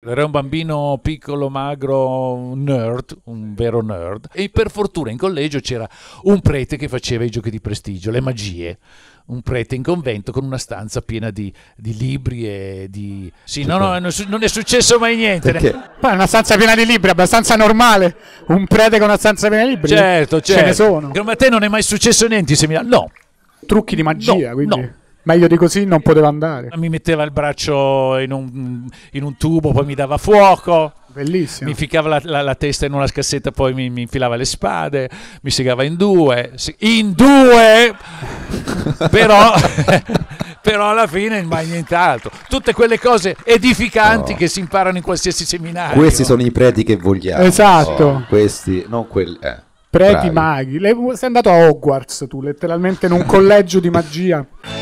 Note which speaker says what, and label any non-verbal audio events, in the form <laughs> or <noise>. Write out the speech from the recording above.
Speaker 1: Era un bambino piccolo, magro, un nerd, un vero nerd. E per fortuna in collegio c'era un prete che faceva i giochi di prestigio, le magie. Un prete in convento con una stanza piena di, di libri e di... Sì, no, no, non è su- non è successo mai niente.
Speaker 2: Perché?
Speaker 3: Poi una stanza piena di libri, abbastanza normale. Un prete con una stanza piena di libri.
Speaker 1: Certo, certo.
Speaker 3: Ce ne sono.
Speaker 1: Ma a te non è mai successo niente in seminario? No.
Speaker 3: Trucchi di magia,
Speaker 1: No,
Speaker 3: quindi
Speaker 1: no.
Speaker 3: meglio di così non poteva andare.
Speaker 1: Mi metteva il braccio in un, in un tubo, poi mi dava fuoco.
Speaker 3: Bellissimo.
Speaker 1: Mi ficcava la, la- la testa in una scassetta, poi mi, mi infilava le spade, mi segava in due, sì, in
Speaker 2: <laughs>
Speaker 1: due, però, <laughs> però alla fine mai nient'altro. Tutte quelle cose edificanti
Speaker 2: No.
Speaker 1: che si imparano in qualsiasi seminario.
Speaker 2: Questi sono i preti che vogliamo.
Speaker 3: Ecco. Esatto.
Speaker 2: Oh, questi, non quelli. eh,
Speaker 3: Preti
Speaker 2: bravi.
Speaker 3: maghi. Le- sei andato a Hogwarts tu, letteralmente in un collegio di magia.